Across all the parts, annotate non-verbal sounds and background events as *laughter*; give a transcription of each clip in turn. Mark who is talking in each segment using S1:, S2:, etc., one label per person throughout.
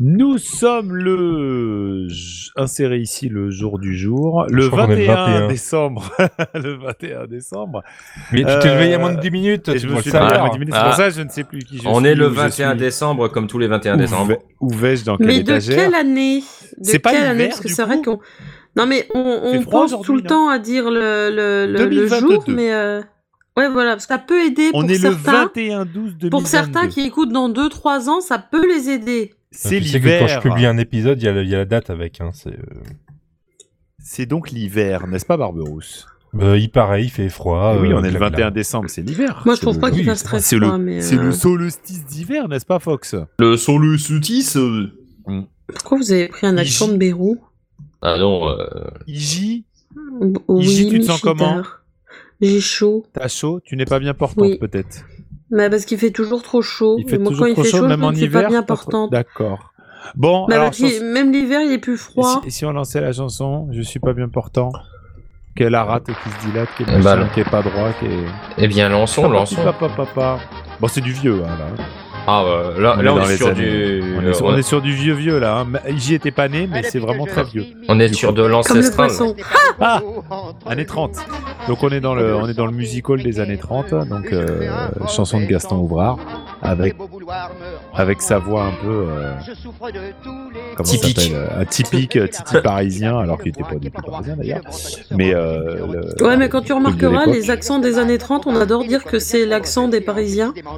S1: Nous sommes le. Inséré ici le jour du jour, le
S2: Je crois qu'on est
S1: 21,
S2: le 21.
S1: décembre. *laughs* le 21 décembre.
S2: Mais tu t'es
S1: Euh,
S2: levé il y a moins de 10 minutes,
S1: Et
S2: tu
S1: je
S2: dois
S1: me
S2: le
S1: suis levé à
S2: savoir.
S1: moins de 10 minutes,
S3: Ah.
S1: C'est pour ça que je ne sais plus qui je suis.
S3: On est le
S1: où je
S3: 21
S1: suis,
S3: décembre, comme tous les 21
S1: où
S3: décembre.
S1: vais- Où vais-je dans quelle
S4: Mais de
S1: étagère
S4: quelle année De
S1: C'est pas
S4: quelle année
S1: l'hiver,
S4: Parce que
S1: du
S4: c'est vrai
S1: coup
S4: qu'on. Non, mais on, on
S1: Fait froid
S4: pense tout
S1: aujourd'hui, hein.
S4: le
S1: non
S4: temps à dire le, le, le- le
S1: 2022.
S4: jour, mais. euh, Ouais, voilà, parce que ça peut aider
S1: On
S4: pour
S1: est
S4: certains.
S1: le 21 12 2022.
S4: Pour certains qui écoutent dans 2-3 ans, ça peut les aider.
S1: c'est
S2: Ah, tu sais que quand je
S1: l'hiver. hein.
S2: publie un épisode, il y, a le- il y a la date avec. Hein, c'est, euh,
S1: C'est donc l'hiver, n'est-ce pas Barberousse
S2: euh, il paraît, il fait froid.
S1: Eh Oui,
S2: euh,
S1: on est le
S2: blabla.
S1: 21 décembre, c'est l'hiver.
S4: Moi, je
S1: Ah, C'est
S4: trouve
S1: le-
S4: pas qu'il
S2: oui,
S4: fasse
S2: c'est-
S4: très
S1: c'est
S4: froid, mais.
S1: C'est
S4: euh,
S1: le solstice d'hiver, n'est-ce pas Fox
S3: Le solstice. euh,
S4: Pourquoi vous avez pris un accent de Bérou
S3: Ah non, euh,
S1: Iji, Iji,
S4: Oui,
S1: tu te sens
S4: Michitard.
S1: comment
S4: J'ai chaud.
S1: t'as chaud Tu n'es pas bien portante
S4: Oui.
S1: peut-être
S4: Bah, parce qu'il fait toujours trop chaud.
S1: Il fait
S4: Et Oh, moi,
S1: toujours
S4: quand
S1: trop
S4: il fait
S1: chaud,
S4: chaud,
S1: même
S4: je
S1: en
S4: ne suis
S1: hiver
S4: pas bien
S1: t'as-
S4: portante.
S1: D'accord. Bon,
S4: Bah,
S1: alors
S4: parce qu'il-
S1: chanson-
S4: Même l'hiver, il est plus
S1: et
S4: froid.
S1: si, et si on lançait la chanson Je suis pas bien portant. Quelle arate qui se dilate, qui est
S3: Eh ben
S1: machin,
S3: là.
S1: qui est pas droit, qui est...
S3: eh bien, lançons,
S1: Papa,
S3: lançons.
S1: Papa, papa. Bon, c'est du vieux, hein, là.
S3: Ah, euh, là, là,
S1: dans
S3: on est
S1: les
S3: sur
S1: années.
S3: du. euh,
S1: On est, sur, on est sur du vieux, vieux, là. hein. Mais- J'y étais pas né,
S3: Ah,
S1: mais c'est vraiment très vieux.
S3: on est sur de
S4: Comme le
S3: l'ancestral.
S4: poisson.
S1: *laughs* Ah Années 30. Donc on est dans le, on est dans le musical des années 30, donc euh, chanson de Gaston Ouvrard, avec, avec sa voix un peu euh, comment ça
S3: Typique.
S1: s'appelle, euh,
S3: *laughs*
S1: atypique, euh, titi parisien, alors qu'il était pas du tout parisien d'ailleurs. Mais euh, le-
S4: Ouais, mais quand tu
S1: le-
S4: remarqueras,
S1: de l'époque.
S4: les accents des années 30, on adore dire que c'est l'accent des Parisiens. Même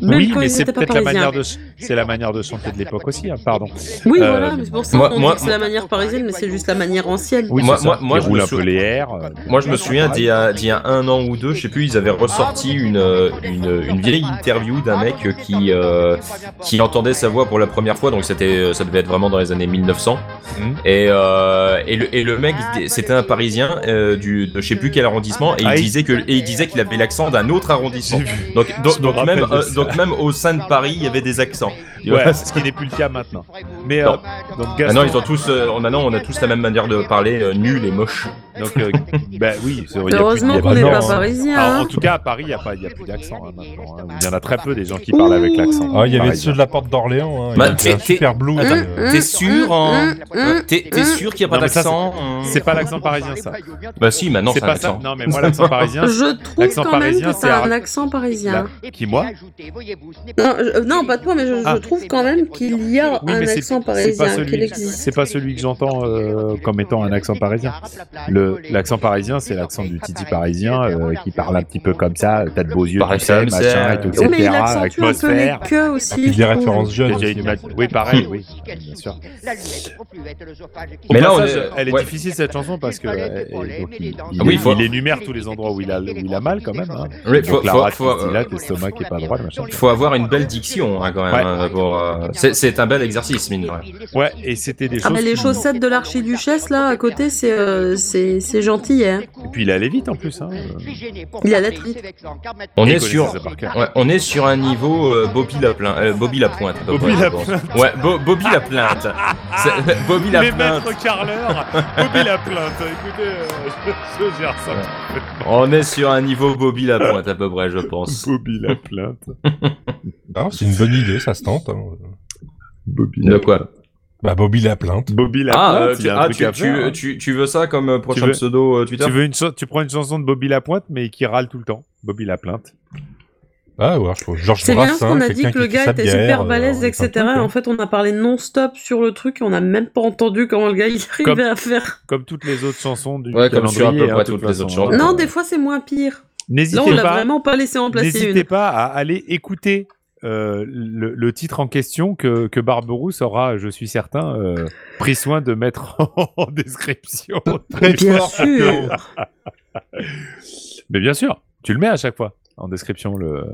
S1: Mm. oui,
S4: quand
S1: mais
S4: ils
S1: c'est
S4: étaient pas
S1: peut-être la
S4: parisiens.
S1: manière de, ch- c'est la manière de chanter de l'époque aussi, hein, pardon.
S4: Oui,
S1: Euh,
S4: voilà, mais c'est pour ça
S3: moi-
S4: qu'on dit
S3: moi-
S4: que c'est la manière parisienne, mais c'est juste la manière ancienne.
S1: Oui,
S3: Moi-
S1: c'est
S3: moi-
S1: ça.
S3: moi,
S1: Ils
S3: je
S1: roulent
S3: me
S1: un peu
S3: souviens-
S1: les airs. *laughs* euh,
S3: Moi, je me souviens d'il y, a- d'il y a un an ou deux, je sais plus, ils avaient ressorti une, euh, une, une vieille interview d'un mec qui, euh, qui entendait sa voix pour la première fois, donc c'était, euh, ça devait être vraiment dans les années 1900.
S1: Hmm.
S2: Mhm.
S3: Et, euh, et, le, et le mec, il- c'était un Parisien euh, du, de je sais plus quel arrondissement, et il
S1: Ah, il-
S3: disait que, et il disait qu'il avait l'accent d'un autre arrondissement.
S1: J'ai vu.
S3: Donc, donc,
S1: Je me
S3: donc
S1: rappelle
S3: même,
S1: de
S3: euh,
S1: ça.
S3: donc même au sein de Paris, il y avait des accents.
S1: Ouais, ce qui n'est plus le cas maintenant. Mais euh,
S3: Non.
S1: donc
S3: Maintenant,
S1: Gaston,
S3: ils ont tous, euh, maintenant, on a tous la même manière de parler, euh, nul et moche.
S1: donc euh,
S3: *laughs*
S1: bah oui, c'est- il y a plus- il y a
S4: Heureusement
S1: pas-
S4: qu'on n'est
S2: non,
S4: pas
S2: hein.
S4: parisien.
S1: Alors, en
S4: hein.
S1: tout cas, à Paris, il n'y a, pas- il y a plus d'accent hein, maintenant. hein. Il y en a très peu des gens qui parlent avec l'accent.
S2: Ah, il y avait
S1: Parisien.
S2: ceux de la porte d'Orléans. Hein. Il
S3: Bah,
S2: y avait un
S3: t'es- t'es-
S2: super blues.
S3: Attends,
S2: euh,
S3: t'es sûr en-
S4: Hum, hum,
S3: T'es t'es
S4: hum.
S3: sûr qu'il n'y a pas
S1: Non, mais ça,
S3: d'accent hein
S1: C'est pas l'accent parisien, ça.
S3: Bah si, maintenant
S1: c'est
S3: c'est un
S1: pas ça.
S3: accent.
S1: Non, mais moi, l'accent parisien,
S4: Je
S1: hein.
S4: trouve
S1: L'accent
S4: quand même
S1: parisien,
S4: que
S1: c'est
S4: t'as
S1: un-
S4: un accent parisien.
S1: Là. Qui, moi
S4: Non, je- non, pas toi, mais je, je
S1: Ah.
S4: trouve quand même qu'il y a
S1: Oui,
S4: un
S1: mais c'est-
S4: accent
S1: c'est pas
S4: parisien,
S1: celui-
S4: qu'il existe.
S1: c'est pas celui que j'entends euh, comme étant un accent parisien. *laughs* Le- L'accent parisien, c'est l'accent du titi parisien euh, qui parle un petit peu comme ça, euh, t'as de beaux yeux,
S3: Pareil,
S1: tu sais,
S3: comme ça,
S1: machin, et tout,
S3: euh,
S1: etc.
S3: Oui,
S4: mais il accentue un peu les
S1: atmosphère.
S4: queues aussi.
S2: Puis
S4: je
S2: des
S4: trouve.
S2: références jeunes.
S1: J'ai
S2: aussi.
S1: une image- Oui, pareil, oui, bien sûr.
S3: Mais là, on
S1: Passage,
S3: est-
S1: elle est
S3: ouais.
S1: difficile cette chanson parce que euh, et donc, il, il-
S3: Ah oui,
S1: il-
S3: faut-
S1: il énumère tous les endroits où il a, où il a mal quand même. hein.
S3: Oui, faut-
S1: Donc la
S3: faut-
S1: rate
S3: faut-
S1: qui se dilate,
S3: euh,
S1: l'estomac qui est pas droit, le machin.
S3: Faut avoir une belle diction hein, quand même.
S1: Ouais.
S3: hein, pour, euh, c'est- C'est un bel exercice, mine de rien.
S1: Ouais, et c'était des
S4: Ah,
S1: choses.
S4: mais les
S1: qui-
S4: chaussettes de l'archiduchesse, là, à côté, c'est euh, c'est- c'est gentil, hein.
S1: Et puis il allait vite en plus. Hein.
S4: Il a la tripe.
S3: On
S1: Il
S3: est
S1: connaissait
S3: sur,
S1: ça par cœur.
S3: ouais, on est sur un niveau euh, Bobby Laplainte. euh, Bobby Lapointe. à peu
S1: Bobby
S3: près, je
S1: Lapointe.
S3: pense. Ouais, Bo- Bobby Laplainte. C'est- *laughs* Bobby
S1: Les
S3: Laplainte.
S1: maîtres carleurs, Bobby la plainte. Écoutez, euh, je, je gère ça.
S3: On est sur un niveau Bobby Lapointe à peu près, je pense.
S1: Bobby la plainte.
S2: Ah, c'est une bonne idée, ça se tente. hein.
S1: Bobby
S3: De quoi
S2: Bah, Bobby la plainte.
S1: Bobby la
S3: Ah,
S1: plainte.
S3: euh,
S1: il y
S3: tu,
S1: a un
S3: ah,
S1: truc
S3: tu,
S1: à faire,
S3: tu,
S1: hein.
S3: tu- tu veux ça comme euh, prochain
S1: veux-
S3: pseudo euh, Twitter
S1: Tu veux une cha- tu prends une chanson de Bobby la pointe, mais qui râle tout le temps. Bobby la plainte.
S2: Ah, ouais, je pense. Georges
S4: C'est bien
S2: Brassens.
S4: ce qu'on a dit
S2: quelqu'un
S4: que le
S2: qui fait
S4: gars
S2: sa
S4: était
S2: bière,
S4: super
S2: euh,
S4: balèze,
S2: plein de
S4: etc.
S2: trucs,
S4: En
S2: hein.
S4: fait, on a parlé non-stop sur le truc et on n'a même pas entendu comment le gars il arrivait
S1: Comme-
S4: à faire.
S1: Comme toutes les autres chansons du
S3: Ouais, comme sur à peu
S1: calendrier,
S3: près
S1: de toute
S3: toutes les
S1: façon,
S3: autres chansons.
S1: hein.
S4: Non, des fois, c'est moins pire. Là, on
S1: N'hésitez
S4: l'a
S1: pas.
S4: vraiment pas laissé en placer
S1: N'hésitez
S4: une.
S1: pas à aller écouter euh, le, le titre en question que, que Barberousse aura, je suis certain, euh, pris soin de mettre *laughs* en description.
S4: Bien sûr.
S1: *laughs* Mais bien sûr, tu le mets à chaque fois en description. Le...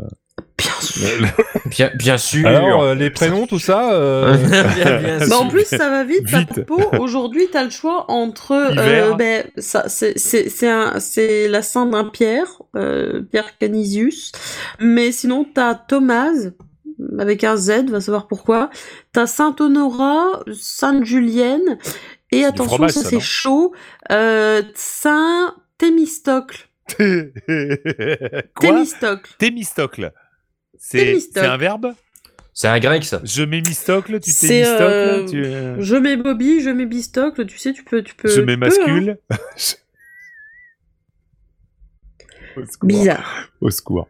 S4: *laughs* Bien sûr.
S1: le- le-
S3: Bien, bien sûr.
S2: Alors, euh, les prénoms, tout ça. euh,
S3: *laughs* bien,
S1: *laughs*
S3: bien
S4: Bah, en
S3: sûr.
S4: plus, ça va vite, ta
S1: Vite.
S4: peau. Aujourd'hui, t'as le choix entre. euh,
S1: Hiver.
S4: ben, ça, c'est, c'est, c'est, un- c'est la Sainte d'un Pierre, euh, Pierre Canisius. Mais sinon, t'as Thomas, avec un Z, va savoir pourquoi. T'as Sainte Honora, Sainte Julienne. Et attention,
S1: fromage,
S4: ça,
S1: ça, non
S4: c'est chaud. euh, Saint Thémistocle.
S1: Quoi
S4: Thémistocle.
S1: Thémistocle. C'est
S4: Thémistocle.
S1: c'est un verbe
S3: C'est un grec, ça.
S1: Je mets Mistocle, tu t'es
S4: C'est,
S1: Mistocle
S4: euh,
S1: tu, euh,
S4: Je mets Bobby, je mets Bistocle, tu sais, tu peux. Tu peux
S1: Je
S4: tu
S1: mets
S4: peux, hein.
S1: Mascule. Au secours.
S4: Bizarre.
S1: Au secours.